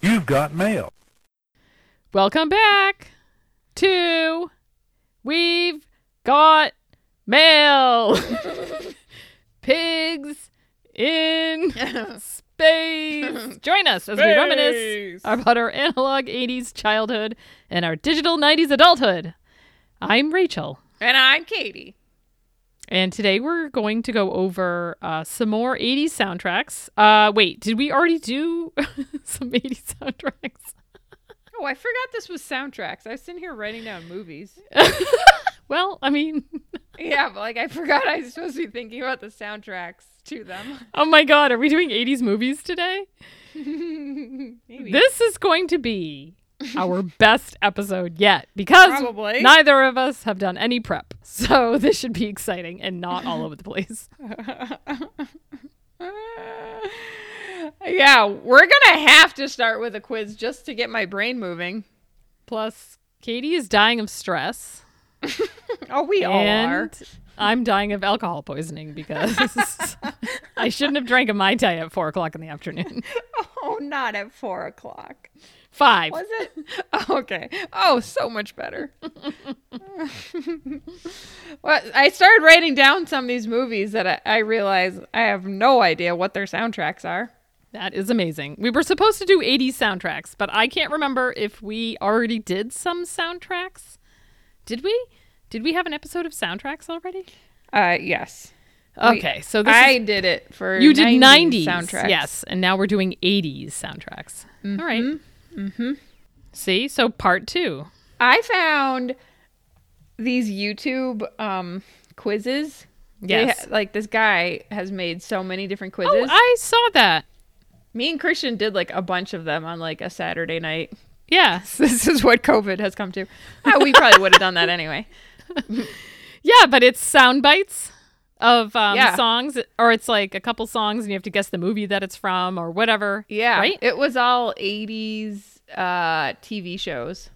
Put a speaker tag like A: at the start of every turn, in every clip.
A: You've got mail.
B: Welcome back to We've Got Mail. Pigs in space. Join us as we reminisce about our analog 80s childhood and our digital 90s adulthood. I'm Rachel,
C: And I'm Katie.
B: and today we're going to go over uh, some more 80s soundtracks. Uh, wait, did we already do some 80s soundtracks?
C: Oh, I forgot this was soundtracks. I was sitting here writing down movies.
B: Well, I mean,
C: yeah, but like I forgot I was supposed to be thinking about the soundtracks to them.
B: oh my God, are we doing 80s movies today?
C: Maybe.
B: This is going to be our best episode yet because
C: Probably.
B: neither of us have done any prep. So this should be exciting and not all over the place.
C: yeah, we're gonna have to start with a quiz just to get my brain moving.
B: Plus, Katie is dying of stress.
C: Oh, we all are.
B: and I'm dying of alcohol poisoning because I shouldn't have drank a Mai Tai at four o'clock in the afternoon.
C: Oh, not at four o'clock.
B: Five.
C: Was it? okay. Oh, so much better. well, I started writing down some of these movies that I, I realize I have no idea what their soundtracks are.
B: That is amazing. We were supposed to do 80s soundtracks, but I can't remember if we already did some soundtracks. Did we? Did we have an episode of soundtracks already?
C: Uh, yes.
B: Okay, so this
C: I
B: is,
C: did it for
B: you did 90s,
C: soundtracks.
B: Yes, and now we're doing 80s soundtracks. All right. Mm-hmm. See, so part two.
C: I found these YouTube um quizzes. They
B: Yes.
C: ha- like this guy has made so many different quizzes.
B: Oh, I saw that.
C: Me and Christian did like a bunch of them on like a Saturday night.
B: Yeah.
C: This is what COVID has come to. Oh, we probably would have done that anyway.
B: Yeah, but it's sound bites of um,
C: Yeah.
B: songs, or it's like a couple songs, and you have to guess the movie that it's from or whatever.
C: Yeah.
B: Right?
C: It was all 80s uh, TV shows,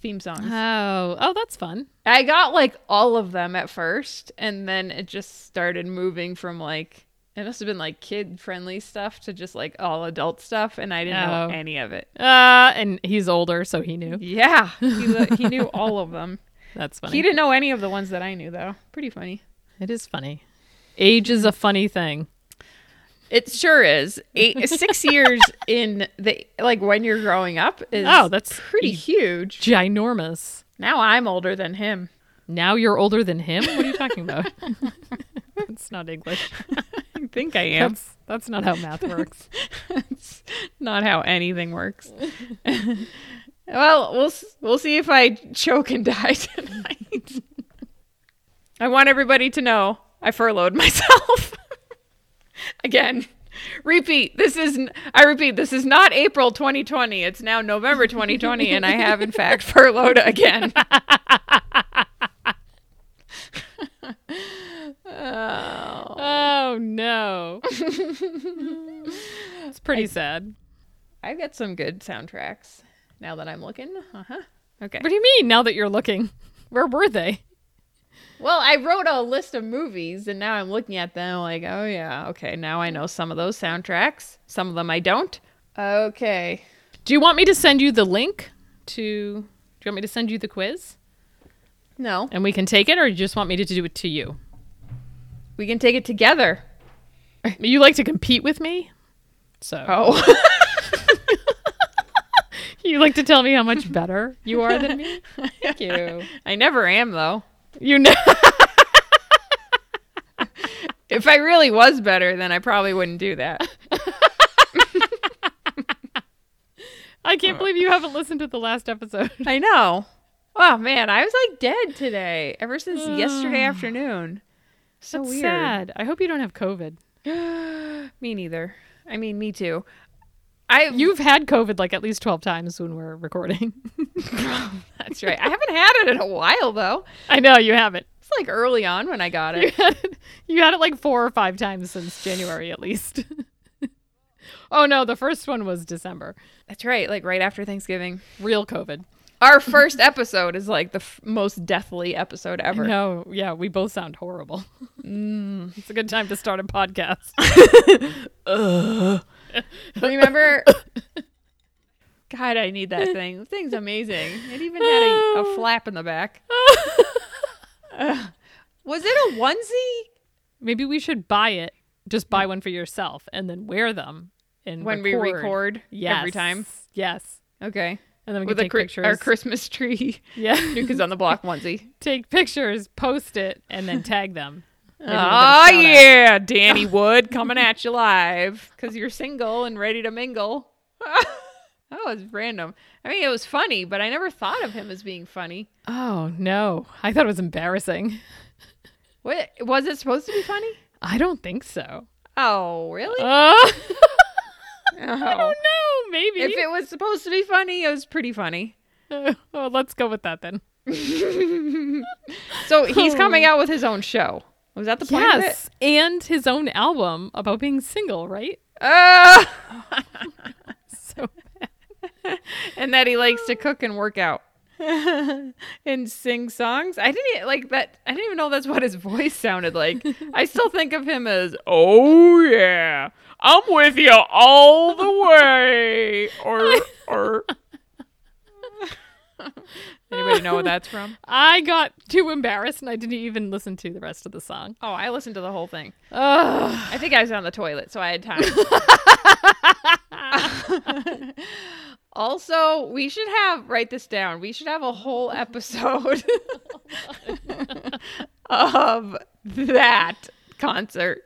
C: theme songs.
B: Oh, oh, that's fun.
C: I got like all of them at first, and then it just started moving from like, it must have been like kid friendly stuff to just like all adult stuff, and I didn't
B: Oh.
C: know any of it.
B: Uh, and he's older, so he knew.
C: Yeah. He, lo- he knew all of them.
B: That's funny.
C: He didn't know any of the ones that I knew, though. Pretty funny.
B: It is funny. Age is a funny thing.
C: It sure is. Eight, six years in the, like when you're growing up is
B: Oh, that's
C: pretty huge.
B: Ginormous.
C: Now I'm older than him.
B: Now you're older than him? What are you talking about? That's not English.
C: I think I am.
B: That's that's not how math works.
C: That's not how anything works. well, we'll s- we'll see if I choke and die tonight. I want everybody to know I furloughed myself. Again, repeat. This is n- I repeat. This is not April 2020. It's now November 2020, and I have in fact furloughed again. oh.
B: Oh no. it's pretty sad.
C: I've got some good soundtracks now that I'm looking. Uh-huh. Okay.
B: What do you mean now that you're looking? Where were they?
C: Well, I wrote a list of movies and now I'm looking at them like, oh yeah, okay, now I know some of those soundtracks. Some of them I don't. Okay.
B: Do you want me to send you the link to do you want me to send you the quiz
C: No.
B: and we can take it or you just want me to do it to you?
C: We can take it together.
B: You like to compete with me? So
C: Oh.
B: You like to tell me how much better you are than me? Thank you.
C: I never am though.
B: You know.
C: If I really was better, then I probably wouldn't do that.
B: I can't believe you haven't listened to the last episode.
C: I know. Oh man, I was like dead today ever since yesterday afternoon. So
B: That's
C: weird.
B: sad. I hope you don't have COVID.
C: Me neither. I mean, me too. I
B: You've had COVID like at least 12 times when we're recording.
C: That's right. I haven't had it in a while though.
B: I know you haven't.
C: It's like early on when I got it.
B: You had it like four or five times since January at least. oh no, the first one was December.
C: That's right. Like right after Thanksgiving.
B: Real COVID.
C: Our first episode is like the f- most deathly episode ever.
B: No, yeah, we both sound
C: Mm.
B: horrible. It's a good time to start a podcast.
C: Remember? God, I need that thing. The thing's amazing. It even had a, a flap in the back. Ugh. was it a onesie?
B: Maybe we should buy it. Just buy one for yourself and then wear them. And
C: When
B: record.
C: we record
B: yes.
C: every time.
B: Yes.
C: Okay.
B: And then we
C: With
B: can
C: a
B: take
C: cri-
B: pictures.
C: our Christmas tree.
B: yeah.
C: Nuke is on the block onesie.
B: take pictures, post it, and then tag them. Maybe we'll get a
C: Oh
B: shout out.
C: yeah, Danny Wood coming at you live because you're single and ready to mingle. that was random. I mean, it was funny, but I never thought of him as being funny.
B: Oh no. I thought it was embarrassing.
C: What was it supposed to be funny?
B: I don't think so.
C: Oh, really?
B: Uh,
C: I
B: oh no, maybe.
C: If it was supposed to be funny, it was pretty funny.
B: Uh, well, let's go with that then.
C: So he's coming out with his own show. Was that the point of it?
B: Yes, and his own album about being single, right?
C: Uh,
B: So
C: and that he likes to cook and work out and sing songs. I didn't e, like that. I didn't even know that's what his voice sounded like. I still think of him as, "Oh yeah, I'm with you all the way." Or, or. Anybody know what that's from?
B: I got too embarrassed and I didn't even listen to the rest of the song.
C: Oh, I listened to the whole thing.
B: Ugh.
C: I think I was on the toilet, so I had time. also, we should have write this down. We should have a whole episode of that concert.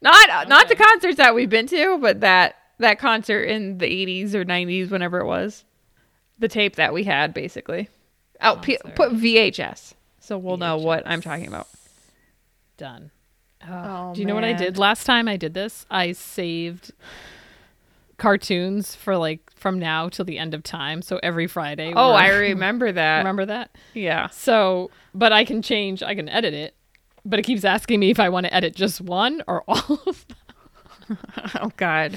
C: Not uh, not the concerts that we've been to, but that that concert in the 80s or 90s whenever it was. The tape that we had basically. Out p-
B: Concert.
C: put VHS. So we'll know what I'm talking about.
B: Done.
C: Oh,
B: Do you know what I
C: man.
B: did last time I did this? I saved cartoons for like from now till the end of time. So every Friday.
C: Oh,
B: we're-
C: I remember that.
B: remember that.
C: Yeah.
B: So, but I can change, I can edit it. But it keeps asking me if I want to edit just one or all of them.
C: Oh God.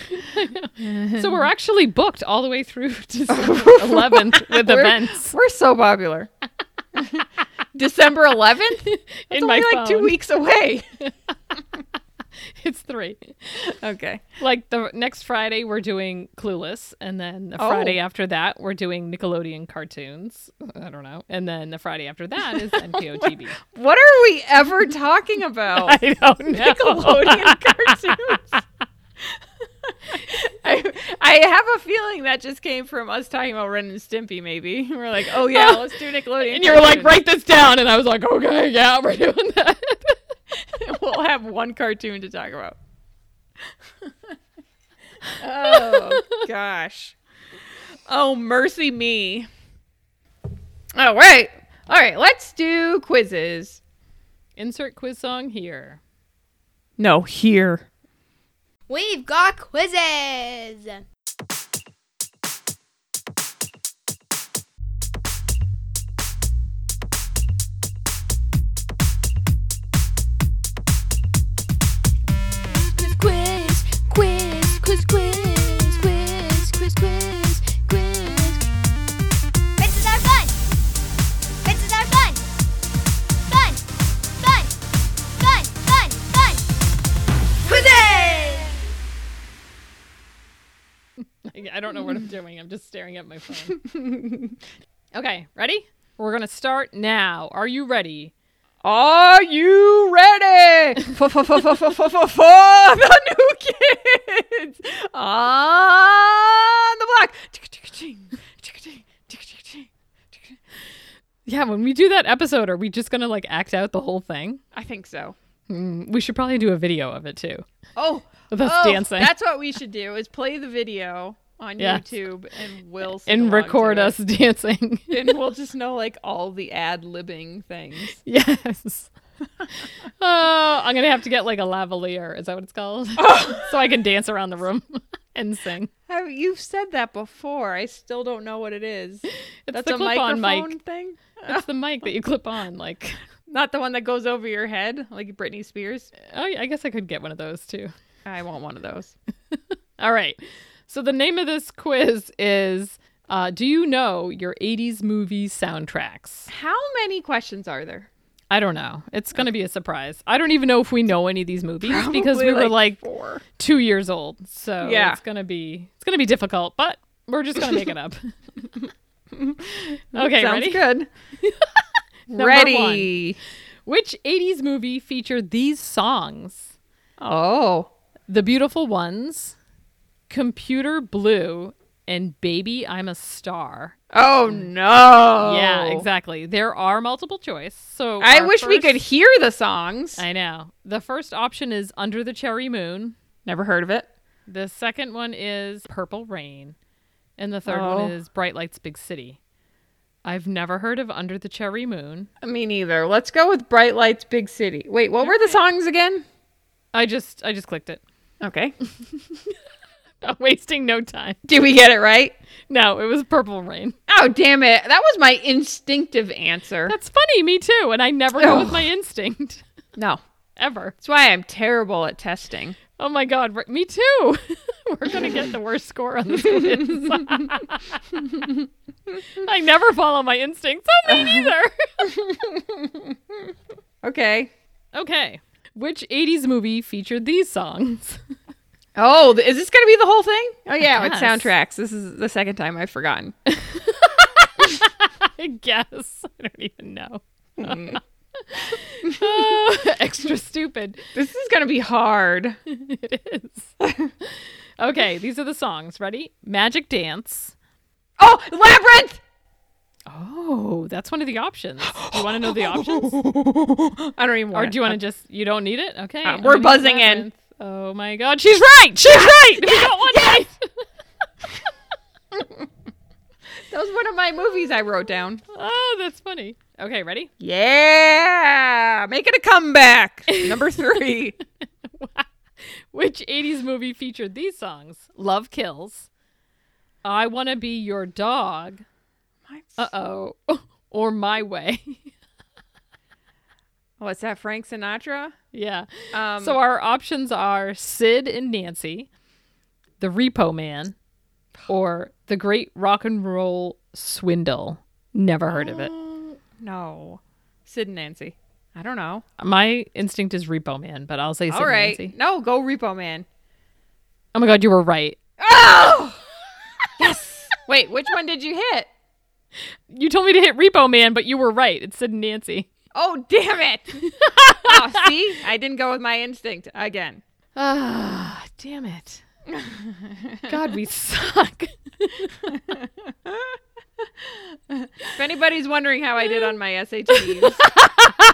B: So we're actually booked all the way through December 11th with
C: We're-
B: events
C: We're so popular. December 11th? That's
B: in my
C: only
B: phone.
C: like 2 weeks away.
B: It's three.
C: Okay.
B: Like the next Friday, we're doing Clueless, and then the
C: Oh.
B: Friday after that, we're doing Nickelodeon cartoons. I don't know, and then the Friday after that is NPOTB.
C: What are we ever talking about?
B: I don't know.
C: Nickelodeon cartoons. I, I have a feeling that just came from us talking about Ren and Stimpy, maybe. We're like, oh, yeah, let's do Nickelodeon.
B: And you were like,
C: cartoons.
B: write this down, and I was like, okay, yeah, we're doing that.
C: we'll have one cartoon to talk about. oh gosh. Oh mercy me. All right. All right, let's do quizzes.
B: Insert quiz song here.
C: No, here.
D: We've got quizzes. Quiz, quiz, quiz, quiz, quiz, quiz, quiz, quiz, quiz. Quizzes are fun. Quizzes are fun. Fun, fun, fun, fun, fun. Quizzes!
B: I- I don't know what I'm doing. I'm just staring at my phone. okay, ready? We're going to start now. Are you ready?
C: Are you ready for, for, for, for, for, for, for, for the new kids on the block? Tick-a-tick-a-ting, tick-a-ting, tick-a-tick-a-ting, tick-a-ting.
B: Yeah, when we do that episode, are we just going to like act out the whole thing?
C: I think so.
B: Mm, we should probably do a video of it too.
C: Oh,
B: With us
C: Oh,
B: dancing.
C: That's what we should do: is play the video on
B: Yes.
C: YouTube, and we'll sing
B: and
C: along
B: record
C: to it.
B: us dancing.
C: and we'll just know like all the ad libbing things.
B: yes. Oh, I'm going to have to get like a lavalier. Is that what it's called? so I can dance around the room and sing.
C: Oh, you've said that before. I still don't know what it is.
B: It's
C: that's
B: the
C: a
B: clip-on
C: microphone
B: mic.
C: thing,
B: It's the mic that you clip on. Like,
C: not the one that goes over your head like Britney Spears.
B: oh, yeah, I guess I could get one of those too.
C: I want one of those.
B: All right. So the name of this quiz is uh, Do you know your 80s movie soundtracks?
C: How many questions are there?
B: I don't know. It's going to be a surprise. I don't even know if we know any of these movies because we were like
C: four.
B: 2 years old. So
C: Yeah.
B: it's going to be it's going to be difficult, but we're just going to make it up. okay,
C: Sounds
B: ready?
C: good.
B: Number
C: ready.
B: Which 80s movie featured these songs?
C: Oh.
B: The Beautiful Ones, Computer Blue, and Baby I'm a Star.
C: Oh no.
B: Mm. Yeah, exactly. There are multiple choice. So
C: Oh. I
B: our
C: wish we could
B: first-
C: hear the songs.
B: I know. The first option is Under the Cherry Moon.
C: never heard of it.
B: The second one is Purple Rain. And the third one
C: Oh.
B: is Bright Lights Big City. I've never heard of Under the Cherry Moon.
C: Me neither. Let's go with Bright Lights Big City. Wait, what were the songs again?
B: I just I just clicked it.
C: Okay.
B: Not wasting no time.
C: Did we get it right?
B: No, it was Purple Rain.
C: Oh damn it. That was my instinctive answer.
B: That's funny, me too. And I never go with
C: Ugh.
B: my instinct
C: No.
B: ever.
C: That's why I'm terrible at testing.
B: Oh my god, we're- me too. We're gonna get the worst score on this quiz. I never follow my instincts. Oh, me neither.
C: Okay.
B: okay, which '80s movie featured these songs?
C: Oh, th- is this going to be the whole thing? Oh yeah, with
B: guess.
C: soundtracks. This is the second time I've forgotten.
B: I guess I don't even know.
C: Hmm.
B: Oh, extra stupid.
C: this is going to be hard.
B: It is. Okay, these are the songs. Ready? Magic Dance.
C: Oh, Labyrinth.
B: Oh, that's one of the options. You want to know the options?
C: I don't even
B: Or
C: want
B: do you want to just? You don't need it. Okay.
C: Uh,
B: I'm
C: we're
B: gonna do
C: buzzing in.
B: labyrinth. Oh my god, she's right. She's right. We got one right.
C: That was one of my movies I wrote down.
B: Oh, that's funny. Okay, ready?
C: Yeah, making a comeback. Number three.
B: Which '80s movie featured these songs? Love Kills. I want to be your dog. Uh oh. Or my way.
C: What's that, Frank Sinatra?
B: yeah.
C: Um,
B: so our options are Sid and Nancy, The Repo Man, or The Great Rock and Roll Swindle. Never heard of it.
C: no, Sid and Nancy. I don't know.
B: My instinct is Repo Man, but I'll say Sid
C: All right,
B: Nancy.
C: no, go Repo Man.
B: Oh my God, you were right.
C: Oh, yes. Wait, which one did you hit?
B: You told me to hit Repo Man, but you were right. It's Sid and Nancy.
C: Oh, damn it. oh, see, I didn't go with my instinct again.
B: Ah, damn it. God, we suck.
C: If anybody's wondering how I did on my SATs,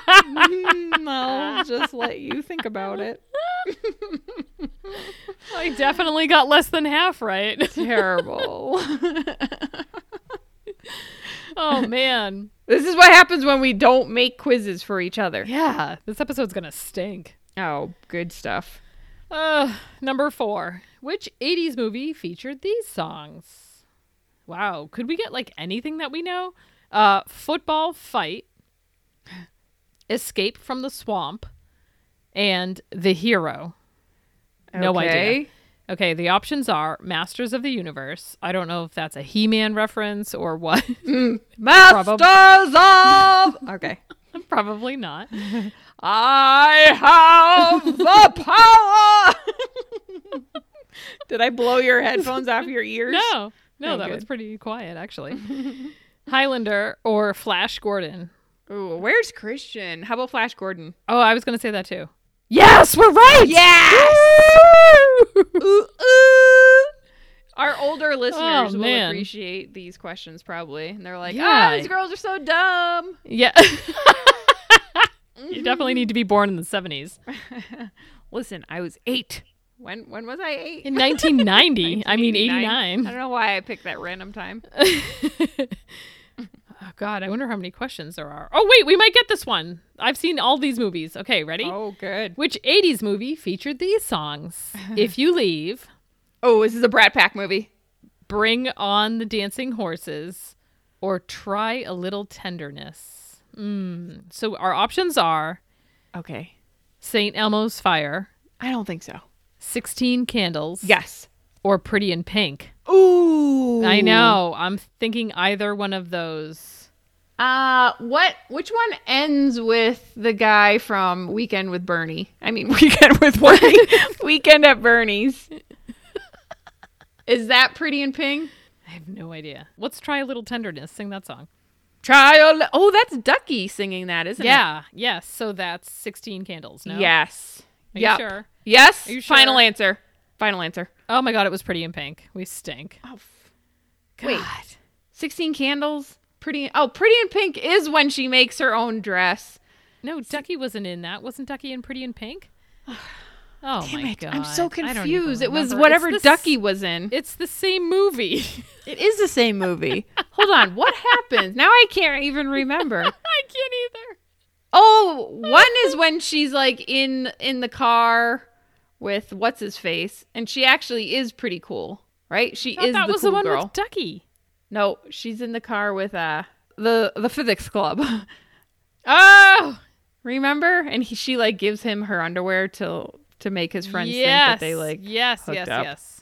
C: Mm, I'll just let you think about it.
B: I definitely got less than half right.
C: Terrible.
B: Oh man.
C: This is what happens when we don't make quizzes for each other.
B: Yeah, this episode's gonna stink.
C: Oh, good stuff.
B: Uh, number four. Which 80s movie featured these songs? Wow. Could we get like anything that we know? Uh, Football Fight, Escape from the Swamp, and The Hero. No idea.
C: Okay.
B: Okay, the options are Masters of the Universe. I don't know if that's a He Man reference or what.
C: Masters of. Okay.
B: Probably not.
C: I have the power. Did I blow your headphones off your ears?
B: No, no,
C: Oh,
B: that
C: good.
B: was pretty quiet actually. Highlander or Flash Gordon.
C: Ooh, where's Christian? How about Flash Gordon?
B: Oh, I was going to say that too.
C: Yes, we're right. Yes. Ooh, ooh. Our older listeners will
B: Oh, man.
C: appreciate these questions probably, and they're like,
B: Yeah.
C: "Ah, these girls are so dumb."
B: Yeah.
C: Mm-hmm.
B: you definitely need to be born in the 70s.
C: Listen, I was eight. When when was I eight?
B: In 1990, I mean
C: I
B: 89.
C: don't know why I picked that random time.
B: Oh god, I wonder how many questions there are. Oh wait, we might get this one. I've seen all these movies. Okay, ready?
C: Oh, good.
B: Which 80s movie featured these songs? if you leave,
C: Oh, this is a Brat Pack movie.
B: Bring on the Dancing Horses, or Try a Little Tenderness. Mm. So our options are
C: Okay,
B: St. Elmo's Fire,
C: I don't think so.
B: 16 Candles,
C: Yes.
B: or Pretty in Pink.
C: Ooh.
B: I know. I'm thinking either one of those.
C: Uh, what? Which one ends with the guy from Weekend with Bernie? I mean, Weekend with Bernie. Weekend at Bernie's. Is that Pretty in Pink?
B: I have no idea. Let's try a little tenderness. Sing that song.
C: Trial. Oh, that's Ducky singing that, isn't it?
B: Yeah. Yes. So that's 16 candles. No.
C: Yes.
B: Are
C: Yep.
B: you sure?
C: Yes.
B: Are you
C: Final
B: sure?
C: answer. Final answer.
B: Oh my God, it was pretty in pink. We stink.
C: Oh,
B: Wait.
C: Wait. 16 candles. Pretty. Oh, Pretty in Pink is when she makes her own dress.
B: No, Ducky wasn't in that. Wasn't Ducky in Pretty in Pink? Oh
C: Damn
B: my
C: it.
B: God.
C: I'm so
B: I don't even
C: confused. It was
B: remember. It's
C: whatever
B: the s-
C: Ducky was in.
B: It's the same movie.
C: It is the same movie. Hold on. What happened? Now I can't even remember.
B: I can't either.
C: Oh, one is when she's like in in the car with what's his face, and she actually is pretty cool, right? She
B: I thought
C: is
B: that
C: the
B: was
C: cool
B: the one
C: girl.
B: with Ducky.
C: no, she's in the car with uh the the physics club.
B: Oh,
C: Remember? And he, she like gives him her underwear to to make his friends think that they like.
B: yes,
C: hooked
B: yes,
C: up.
B: yes.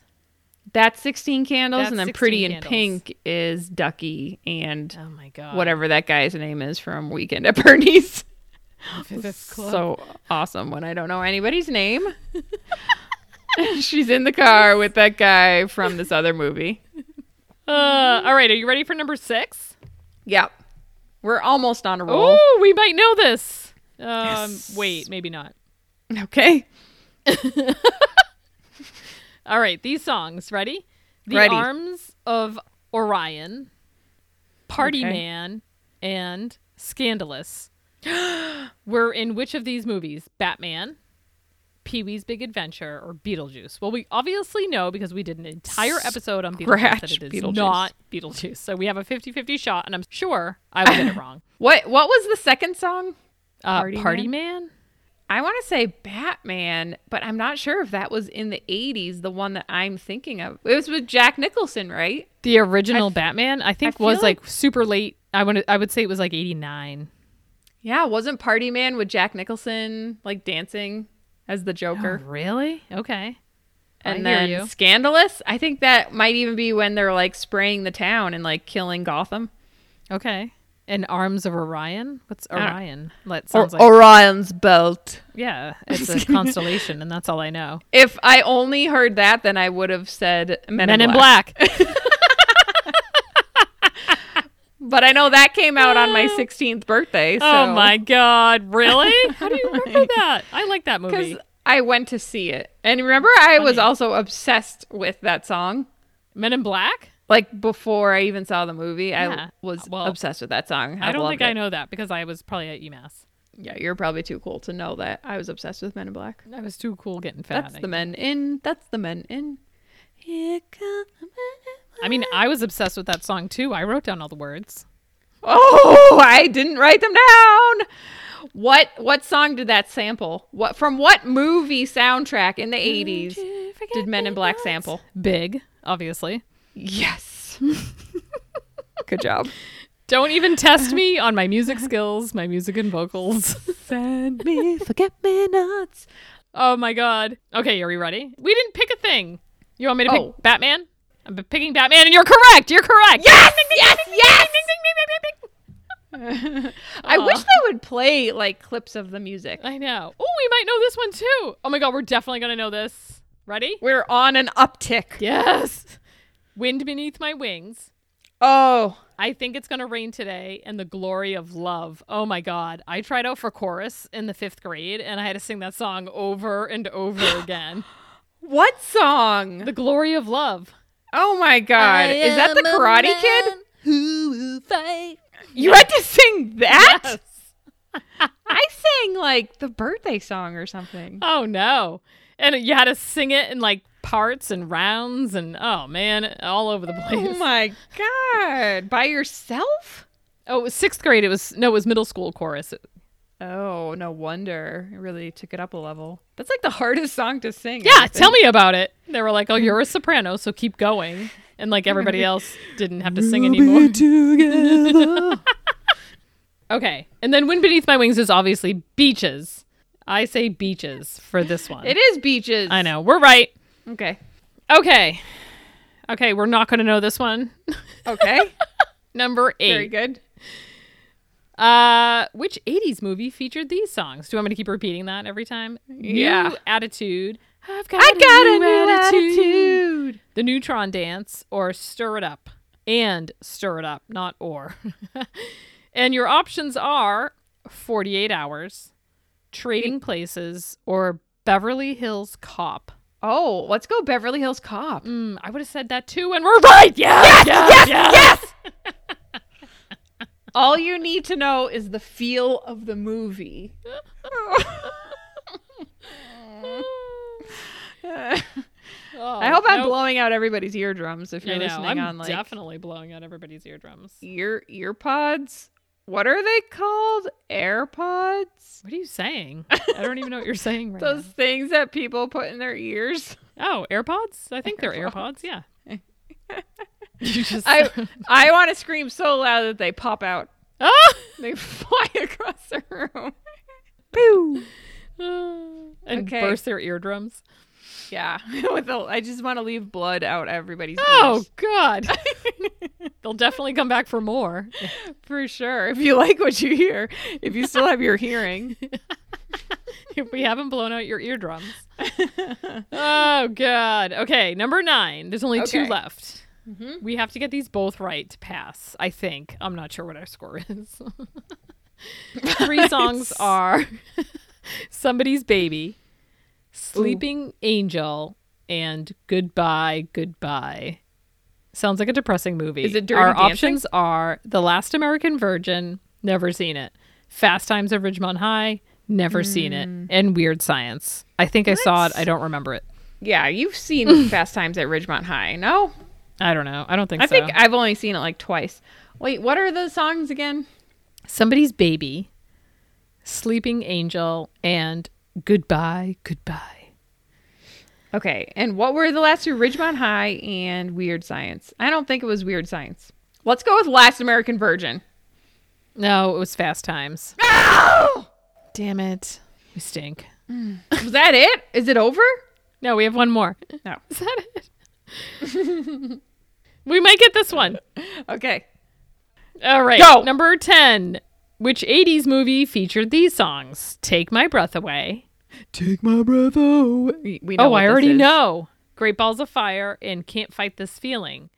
C: That's sixteen candles,
B: That's
C: and then
B: 16
C: Pretty in
B: Candles.
C: Pink is Ducky and
B: Oh my God.
C: whatever that guy's name is from Weekend at Bernie's.
B: Fifth Club.
C: so awesome when I don't know anybody's name. She's in the car with that guy from this other movie.
B: Uh, all right, are you ready for number six?
C: Yep. We're almost on a roll.
B: Oh, we might know this. Um,
C: Yes.
B: wait, maybe not.
C: Okay.
B: All right, these songs. Ready? The
C: Ready.
B: Arms of Orion, Party
C: Okay.
B: Man, and Scandalous were in which of these movies? Batman, Pee Wee's Big Adventure, or Beetlejuice? Well, we obviously know because we did an entire episode on Beetlejuice that
C: Scratch
B: it is
C: Beetlejuice.
B: not Beetlejuice. So we have a 50 50 shot, and I'm sure I will get it wrong.
C: What what was the second song?
B: Uh,
C: Party
B: Party, Man?
C: I want to say Batman, but I'm not sure if that was in the 80s, the one that I'm thinking of. It was with Jack Nicholson, right?
B: The original Batman, I think,
C: feel
B: was
C: like-
B: like, super late. I would I would say it was like eighty nine.
C: Yeah, wasn't Party Man with Jack Nicholson like dancing as the Joker?
B: Oh, really? Okay.
C: and
B: I hear
C: then
B: you.
C: Scandalous. I think that might even be when they're like spraying the town and like killing Gotham.
B: Okay. And Arms of Orion. What's
C: don't-
B: Orion? That sounds like
C: Orion's belt.
B: yeah, it's a constellation, and that's all I know.
C: If I only heard that, then I would have said Men,
B: Men in Black.
C: But I know that came out on my 16th birthday. So,
B: Oh my God! Really? How do you remember that? I like that
C: Because
B: movie.
C: I went to see it, and remember, I was
B: Funny.
C: also obsessed with that song.
B: Men in Black.
C: Like before I even saw the movie,
B: Yeah.
C: I was
B: Well,
C: obsessed with that song.
B: I, don't
C: loved
B: think
C: it.
B: I know that because I was probably at UMass.
C: Yeah, you're probably too cool to know that I was obsessed with Men in Black.
B: I was too cool getting fat.
C: That's
B: I
C: the men in. That's the men in. Here come the men in.
B: I mean, I was obsessed with that song too. I wrote down all the words.
C: Oh, I didn't write them down. What what song did that sample? What from what movie soundtrack in the eighties did Men in Black sample?
B: Big, obviously.
C: Yes. Good job.
B: Don't even test me on my music skills, my music and vocals.
C: Send me forget me nots.
B: oh my god. Okay, are we ready? We didn't pick a thing. You want me to
C: Oh.
B: pick Batman? I'm b- picking Batman, and you're correct. You're correct.
C: Yes, yes, yes. I wish
B: Aw.
C: they would play like clips of the music.
B: I know. Oh, we might know this one too. Oh my god, we're definitely gonna know this. Ready?
C: We're on an uptick.
B: Yes. Wind beneath my wings.
C: Oh,
B: I think it's gonna rain today, and the glory of love. Oh my god, I tried out for chorus in the fifth grade, and I had to sing that song over and over again.
C: what song?
B: The glory of love.
C: Oh my god. Is that the Karate Kid?
D: Who will fight?
C: You had to sing that?
B: Yes.
C: I sang like the birthday song or something.
B: Oh no. And you had to sing it in like parts and rounds and oh man, all over the place.
C: Oh
B: Oh,
C: my god. By yourself?
B: it was Oh, sixth grade. It was no, it was middle school chorus.
C: Oh, no wonder. It really took it up a level. That's like the hardest song to sing.
B: Yeah, tell me about it. They were like, "Oh, you're a soprano, so keep going." And like everybody else didn't have to sing anymore. okay. And then Wind Beneath My Wings is obviously beaches. I say beaches for this one.
C: It is beaches.
B: I know. We're right.
C: Okay.
B: Okay. Okay, we're not going to know this one.
C: Okay.
B: Number 8.
C: Very good.
B: Uh, which 80s movie featured these songs? Do you want me to keep repeating that every time?
C: Yeah.
B: New attitude. I've got,
C: I
B: a
C: got
B: new attitude.
C: attitude.
B: The Neutron Dance or Stir It Up. And Stir It Up, not or. and your options are 48 Hours, Trading Places, or Beverly Hills Cop.
C: Oh, let's go Beverly Hills Cop.
B: Mm, I would have said that too, and we're right. Yes, yes, yes.
C: All you need to know is the feel of the movie. I hope I'm blowing out everybody's eardrums if you're
B: Oh, I know,
C: listening
B: I'm
C: on like
B: definitely blowing out everybody's eardrums.
C: ear earpods. What are they called? AirPods?
B: What are you saying? I don't even know what you're saying right
C: Those things that people put in their ears.
B: now. Oh, AirPods? I think they're AirPods. Yeah. you just.
C: I I want to scream so loud that they pop out.
B: Ah!
C: They fly across the room.
B: and
C: Okay.
B: burst their eardrums.
C: Yeah, with the, I just want to leave blood out everybody's.
B: Oh
C: ears.
B: God! They'll definitely come back for more.
C: for sure. If you like what you hear, if you still have your hearing,
B: if we haven't blown out your eardrums. oh God. Okay, number nine. There's only two
C: Okay. Mm-hmm.
B: left. We have to get these both right to pass. I think. I'm not sure what our score is. Three songs are "Somebody's Baby," "Sleeping Angel," and "Goodbye, Goodbye." Sounds like a depressing movie.
C: Is it Dirty
B: Our
C: Dancing?
B: options are "The Last American Virgin," never seen it. Fast Times at Ridgemont High, never seen it.
C: Hmm.
B: And Weird Science. I think I saw it. I don't remember it.
C: yeah, you've seen Fast Times at Ridgemont High. No,
B: I don't know. I don't think
C: I
B: so.
C: think I've only seen it like twice. Wait, what are the songs again?
B: Somebody's Baby, Sleeping Angel, and Goodbye, Goodbye.
C: Okay, and what were the last two? Ridgemont High and Weird Science. I don't think it was Weird Science. Let's go with Last American Virgin.
B: No, it was Fast Times. Damn it. We stink.
C: Was that it? Is it over?
B: No, we have one more.
C: No.
B: Is that it? we might get this one.
C: Okay.
B: All right.
C: Go.
B: Number 10. Which 80s movie featured these songs? Take My Breath Away.
C: Take my breath away. We, we know
B: oh,
C: what
B: I
C: this
B: already
C: is.
B: know. Great Balls of Fire and Can't Fight This Feeling.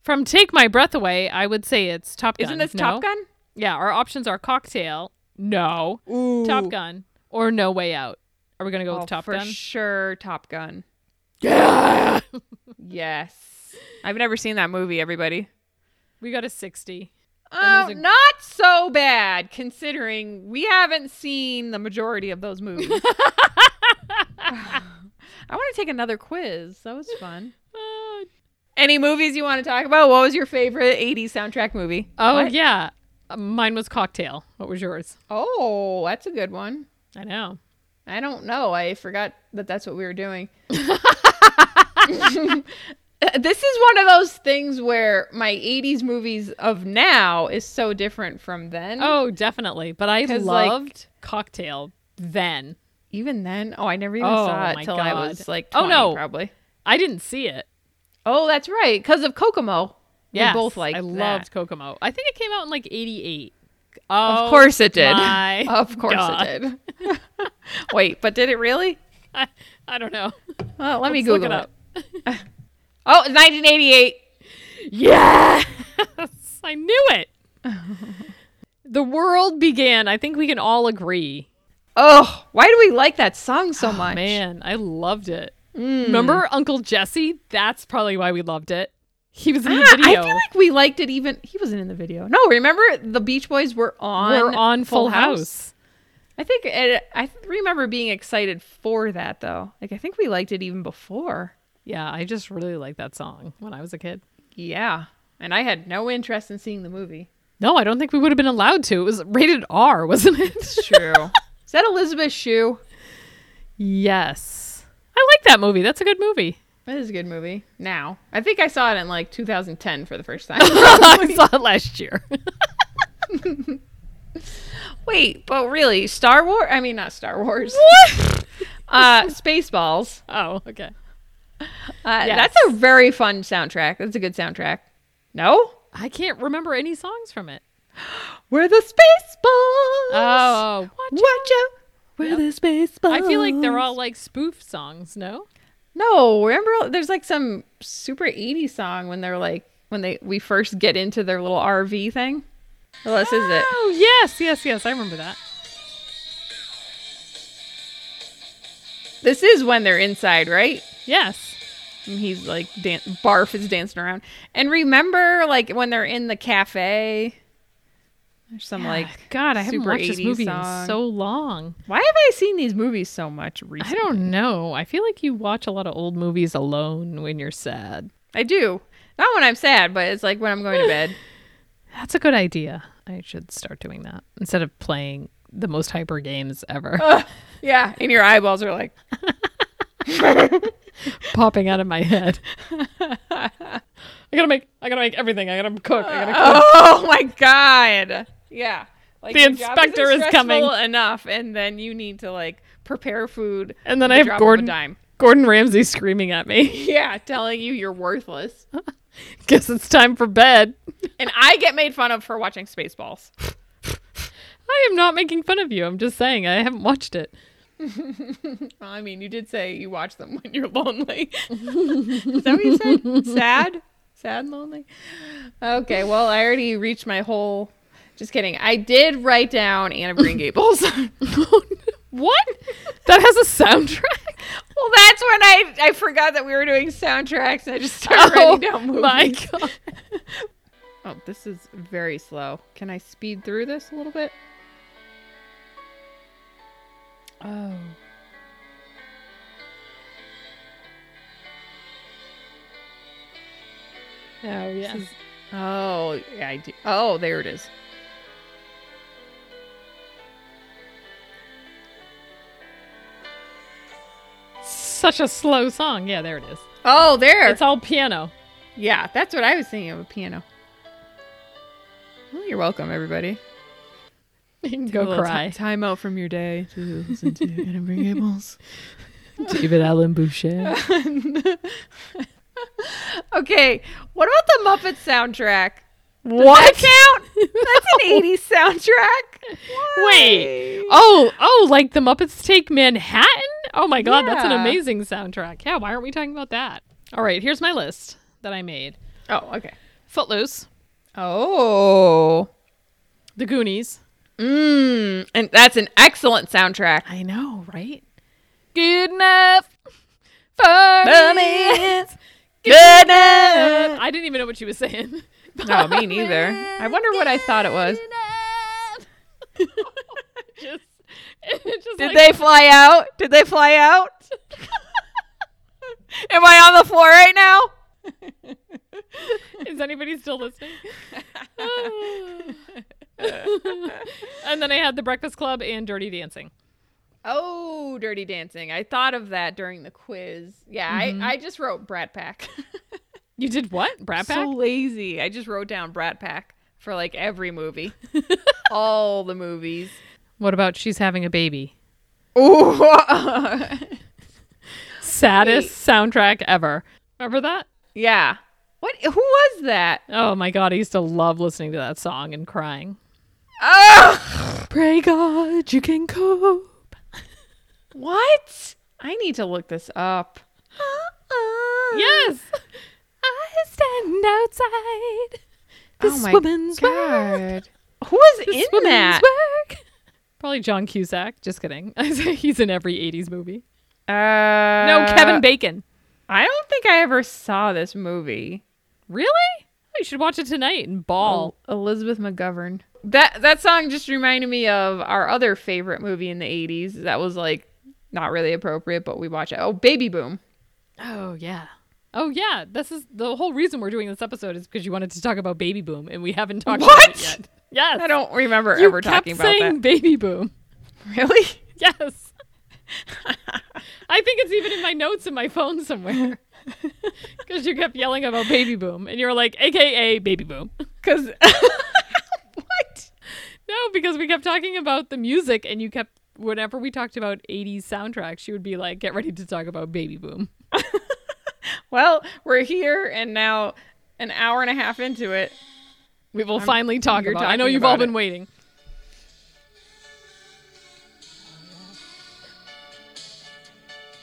B: From Take My Breath Away, I would say it's Top Gun.
C: Isn't this
B: no?
C: Top Gun?
B: Yeah, our options are Cocktail, no, Top Gun, or No Way Out. Are we going to go
C: Oh,
B: with Top
C: for
B: Gun?
C: sure, Top Gun. Yeah. yes. I've never seen that movie, everybody.
B: we got a 60.
C: Oh,
B: there's a-
C: not so bad considering we haven't seen the majority of those movies. I want to take another quiz. That was fun. Uh,
B: Oh,
C: Any movies you want to talk about? What was your favorite 80s soundtrack movie?
B: oh
C: What?
B: yeah. Uh, Mine was Cocktail. What was yours?
C: Oh, that's a good one.
B: I know.
C: I don't know. I forgot that that's what we were doing. this is one of those things where my 80s movies of now is so different from then.
B: Oh, definitely. But I
C: 'Cause, like-
B: loved Cocktail then.
C: Even then, oh, I never even
B: Oh,
C: saw
B: my
C: it till I
B: God.
C: was like,
B: Oh,
C: 20,
B: no.
C: probably.
B: I didn't see it.
C: Oh, that's right, because of Kokomo.
B: Yeah,
C: we both like
B: I
C: that.
B: loved Kokomo. I think it came out in like '88.
C: Of course it did.
B: my
C: of course
B: God.
C: it did. Wait, but did it really?
B: I, I don't know.
C: Well, let me
B: Let's
C: Google
B: look it up.
C: it. Oh, it's 1988.
B: Yes, I knew it. the world began. I think we can all agree.
C: Oh, why do we like that song so much?
B: Oh, Man, I loved it. Remember Uncle Jesse? That's probably why we loved it. He was in the
C: Ah,
B: video.
C: I feel like we liked it even. He wasn't in the video. No, remember the Beach Boys were on.
B: We're on Full House.
C: I think it, I remember being excited for that though. Like I think we liked it even before.
B: Yeah, I just really liked that song when I was a kid.
C: Yeah, and I had no interest in seeing the movie.
B: No, I don't think we would have been allowed to. It was rated R, wasn't it?
C: True. Is that Elizabeth Shue?
B: Yes. I like that movie. That's a good movie.
C: That is a good movie. Now, I think I saw it in like 2010 for the first time.
B: I saw it last year.
C: Wait, but really, Star Wars? I mean, not Star Wars. What? uh, Spaceballs.
B: Oh, okay.
C: Uh,
B: Yes.
C: That's a very fun soundtrack. That's a good soundtrack. No?
B: I can't remember any songs from it.
C: We're the space balls.
B: Oh, what?
C: Watch out. We're
B: Yep.
C: the space balls.
B: I feel like they're
C: Oh,
B: all like spoof songs, no?
C: No, remember there's like some super 80s song when they're like when they we first get into their little RV thing. Well, this is it.
B: Oh, yes, yes, yes. I remember that.
C: This is when they're inside, right?
B: Yes.
C: And he's like dan- barf is dancing around. And remember like when they're in the cafe there's some like
B: God, I haven't
C: super
B: watched this
C: 80s
B: movie in
C: song.
B: so long.
C: Why have I seen these movies so much
B: I
C: recently?
B: don't know. I feel like you watch a lot of old movies alone when you're sad.
C: I do. Not when I'm sad, but it's like when I'm going to bed.
B: That's a good idea. I should start doing that instead of playing the most hyper games ever
C: yeah, and your eyeballs are like
B: popping out of my head. I gotta make. I gotta make everything. I gotta cook. I gotta cook.
C: Oh my god. Yeah. Like
B: The
C: your job
B: inspector
C: isn't
B: is coming.
C: stressful enough and then you need to like prepare food
B: And then
C: at
B: I
C: the
B: have
C: drop of a
B: Gordon-
C: dime.
B: Gordon Ramsay screaming at me.
C: Yeah, telling you you're worthless.
B: Guess it's time for bed.
C: and I get made fun of for watching Spaceballs.
B: I am not making fun of you. I'm just saying I haven't watched it.
C: Well, I mean, you did say you watch them when you're lonely. is that what you said? Sad? Sad and lonely? Okay, well, I already reached my whole just kidding. I did write down Anne of Green Gables.
B: What? that has a soundtrack.
C: Well, that's when I I forgot that we were doing soundtracks and I just started writing down movies.
B: my god.
C: Oh, this is very slow. Can I speed through this a little bit?
B: Oh. Oh yes.
C: is- Oh, yeah, I do. Oh, there it is.
B: Such a slow song. Yeah, there it is.
C: Oh, there.
B: It's all piano.
C: yeah, that's what I was thinking of a piano. Well, you're welcome, everybody.
B: You can go cry.
C: time out from your day to listen to Anne of Green Gables.
B: David Allen Boucher.
C: Okay, what about the Muppet soundtrack? What count? That's an '80s soundtrack.
B: Wait.
C: Why?
B: Oh, oh, like the Muppets Take Manhattan? Oh my god, that's an
C: Yeah.
B: amazing soundtrack. Yeah, why aren't we talking about that? All right, here's my list that I made.
C: Oh, okay.
B: Footloose,
C: Oh.
B: The Goonies.
C: Mmm. And that's an excellent soundtrack.
B: I know, right? Good enough for me.
C: Mummies. Good night.
B: I didn't even know what she was saying.
C: No, me neither. I wonder what I thought it was.
D: Um,
B: just, it's just
C: Did
B: like,
C: they fly out? Did they fly out? Am I on the floor right now?
B: Is anybody still listening? and then I had The Breakfast Club and Dirty Dancing.
C: Oh, Dirty Dancing. I thought of that during the quiz. Yeah, I, I just wrote Brat Pack.
B: You did what? Brat Pack?
C: So lazy. I just wrote down Brat Pack for like every movie, all the movies.
B: what about She's Having a Baby?
C: Ooh.
B: Saddest soundtrack ever. Remember that?
C: yeah. What? Who was that?
B: Oh my God, I used to love listening to that song and crying.
C: Oh,
B: Pray God you can cope.
C: what? I need to look this up. Uh-uh.
B: Yes. I stand outside
C: oh my
B: world.
C: God. Who was
B: This
C: in
B: woman's
C: that?
B: work. Probably John Cusack. Just kidding. He's in every 80s movie.
C: Uh,
B: No, Kevin Bacon.
C: I don't think I ever saw this movie.
B: Really? Oh, You should watch it tonight and ball.
C: El- Elizabeth McGovern. That that song just reminded me of our other favorite movie in the '80s. That was like not really appropriate, but we watch it. Oh, Baby Boom.
B: Oh, yeah. Oh, yeah. This is the whole reason we're doing this episode is because you wanted to talk about Baby Boom and we haven't talked about it
C: What?
B: yet. Yes.
C: I don't remember
B: you
C: ever
B: kept
C: talking about
B: saying Baby Boom.
C: that. Really?
B: Yes. I think it's even in my notes in my phone somewhere. Because you kept yelling about Baby Boom and you were like, AKA Baby Boom.
C: Because what?
B: No, because we kept talking about the music, and you kept whenever we talked about '80s soundtracks, you would be like, "Get ready to talk about Baby Boom."
C: Well, we're here and now an hour and a half into it.
B: We will finally talk
C: you're
B: about. it. I know
C: talking
B: you've all
C: about
B: been
C: it.
B: waiting.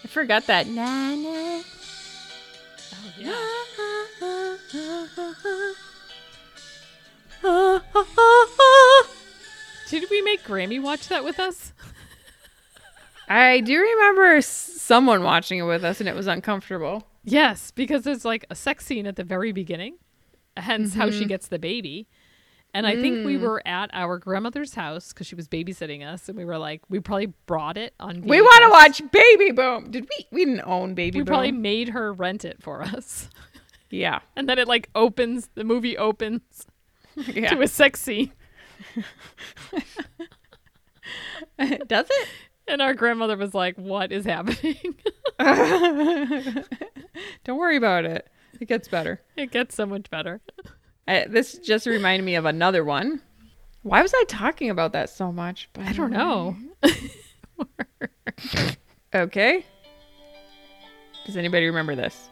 C: I forgot that. Na, na,
B: Did we make Grammy watch that with us?
C: I do remember s- someone watching it with us, and it was uncomfortable.
B: Yes, because there's like a sex scene at the very beginning, hence how she gets the baby. And I think we were at our grandmother's house because she was babysitting us, and we were like, we probably brought it on.
C: We
B: VHS.
C: want to watch Baby Boom. Did we? We didn't own Baby
B: We
C: Boom.
B: probably made her rent it for us,
C: yeah.
B: and then it like opens. The movie opens
C: yeah.
B: to a sex scene,
C: Does it?
B: and our grandmother was like, "What is happening?"
C: Don't worry about it. It gets better.
B: it gets so much better.
C: I, Uh, this just reminded me of another one. Why was I talking about that so much? But
B: I don't know.
C: Okay. Does anybody remember this?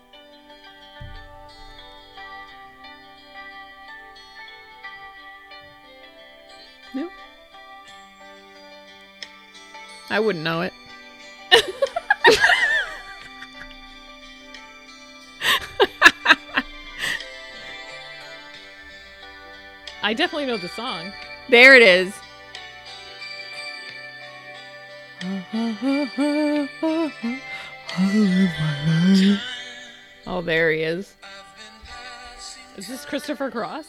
C: No. I wouldn't know it.
B: I definitely know the song.
C: There it is. Oh, there he is.
B: Is this Christopher Cross?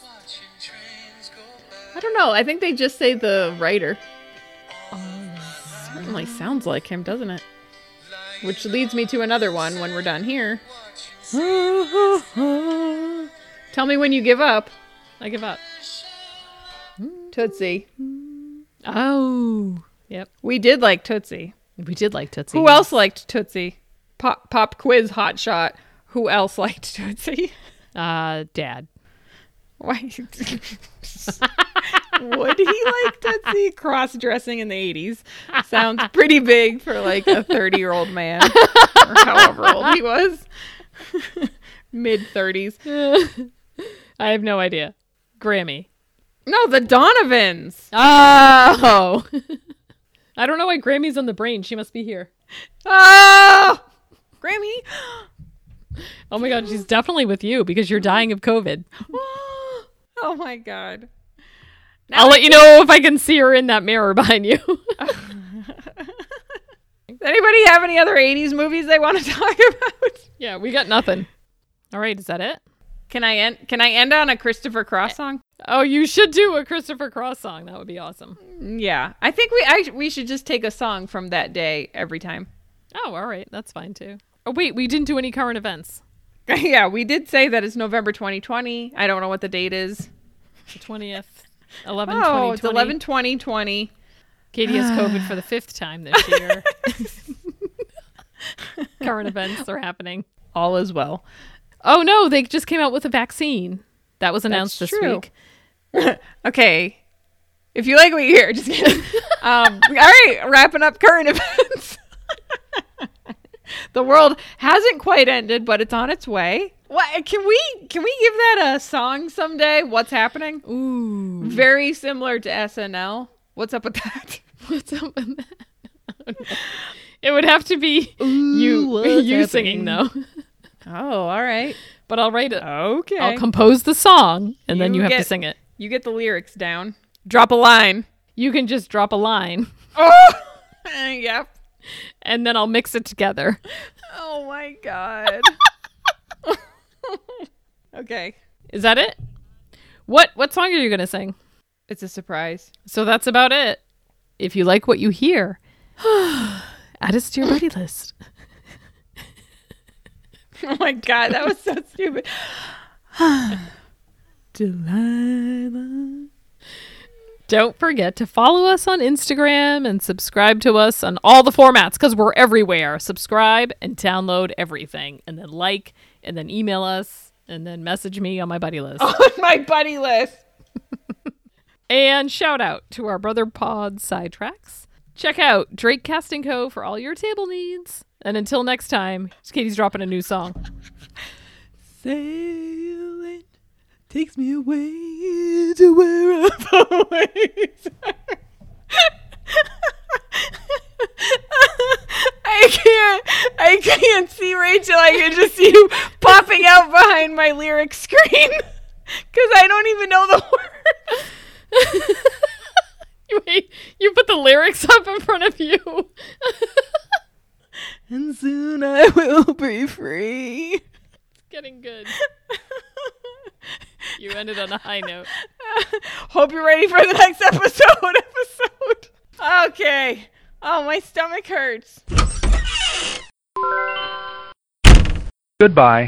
C: I don't know. I think they just say the writer. Certainly sounds like him, doesn't it? Which leads me to another one when we're done here. Tell me when you give up,
B: I give up.
C: Tootsie.
B: Oh, yep.
C: We did like Tootsie.
B: We did like Tootsie.
C: Who else liked Tootsie? Pop, pop quiz hotshot. Who else liked Tootsie?
B: Uh, Dad.
C: Why? Would he like Tootsie? Cross dressing in the 80s sounds pretty big for like a 30 year old man, or however old he was. Mid 30s.
B: I have no idea. Grammy.
C: No, the Donovans.
B: Oh. I don't know why Grammy's on the brain. She must be here.
C: Oh, Grammy.
B: Oh my God, she's definitely with you because you're dying of COVID.
C: Oh my God.
B: I'll let you know if I can see her in that mirror behind you.
C: Does anybody have any other 80s movies they want to talk about?
B: yeah, we got nothing. All right, is that it?
C: Can I end? Can I end on a Christopher Cross song?
B: Oh, you should do a Christopher Cross song. That would be awesome.
C: Yeah, I think we I, we should just take a song from that day every time.
B: Oh, all right. That's fine too. Oh, wait, we didn't do any current events.
C: yeah, we did say that it's November 2020. I don't know what the date is.
B: The 20th, 11,
C: Oh, it's
B: 2020.
C: 11 2020.
B: Katie has COVID for the fifth time this year. current events are happening.
C: All is well.
B: Oh, no, they just came out with a vaccine that was announced
C: That's
B: this
C: true.
B: week.
C: Okay. If you like what you hear, just kidding. um, all right, wrapping up current events. the world hasn't quite ended, but it's on its way. What can we can we give that a song someday? What's happening?
B: Ooh.
C: Very similar to SNL. What's up with that?
B: What's up with that? It would have to be you you
C: what's
B: singing though.
C: Oh, all right.
B: But I'll write it.
C: Okay.
B: I'll compose the song and then
C: You
B: you have to
C: get-
B: sing it.
C: You get the lyrics down. Drop a line.
B: You can just drop a line
C: Oh, yep.
B: and then I'll mix it together.
C: Oh my god. okay,
B: Is that it? What what song are you going to sing?
C: it's a surprise.
B: So that's about it. If you like what you hear, add us to your buddy list.
C: Oh my god, that was so stupid.
B: Don't forget to follow us on Instagram and subscribe to us on all the formats because we're everywhere. Subscribe and download everything, and then like, and then email us, and then message me on my buddy list.
C: On my buddy list.
B: And shout out to our brother pod sidetracks. Check out Drake Casting Co. for all your table needs. And until next time, Katie's dropping a new song.
D: Sailing
C: takes me away to where I've always. I can't. I can't see Rachel. I can just see you popping out behind my lyric screen because I don't even know the words.
B: You- Wait, you put the lyrics up in front of you.
C: And soon I will be free.
B: Getting good. You ended on a high note.
C: Hope you're ready for the next episode. episode. Okay. Oh, my stomach hurts.
A: Goodbye.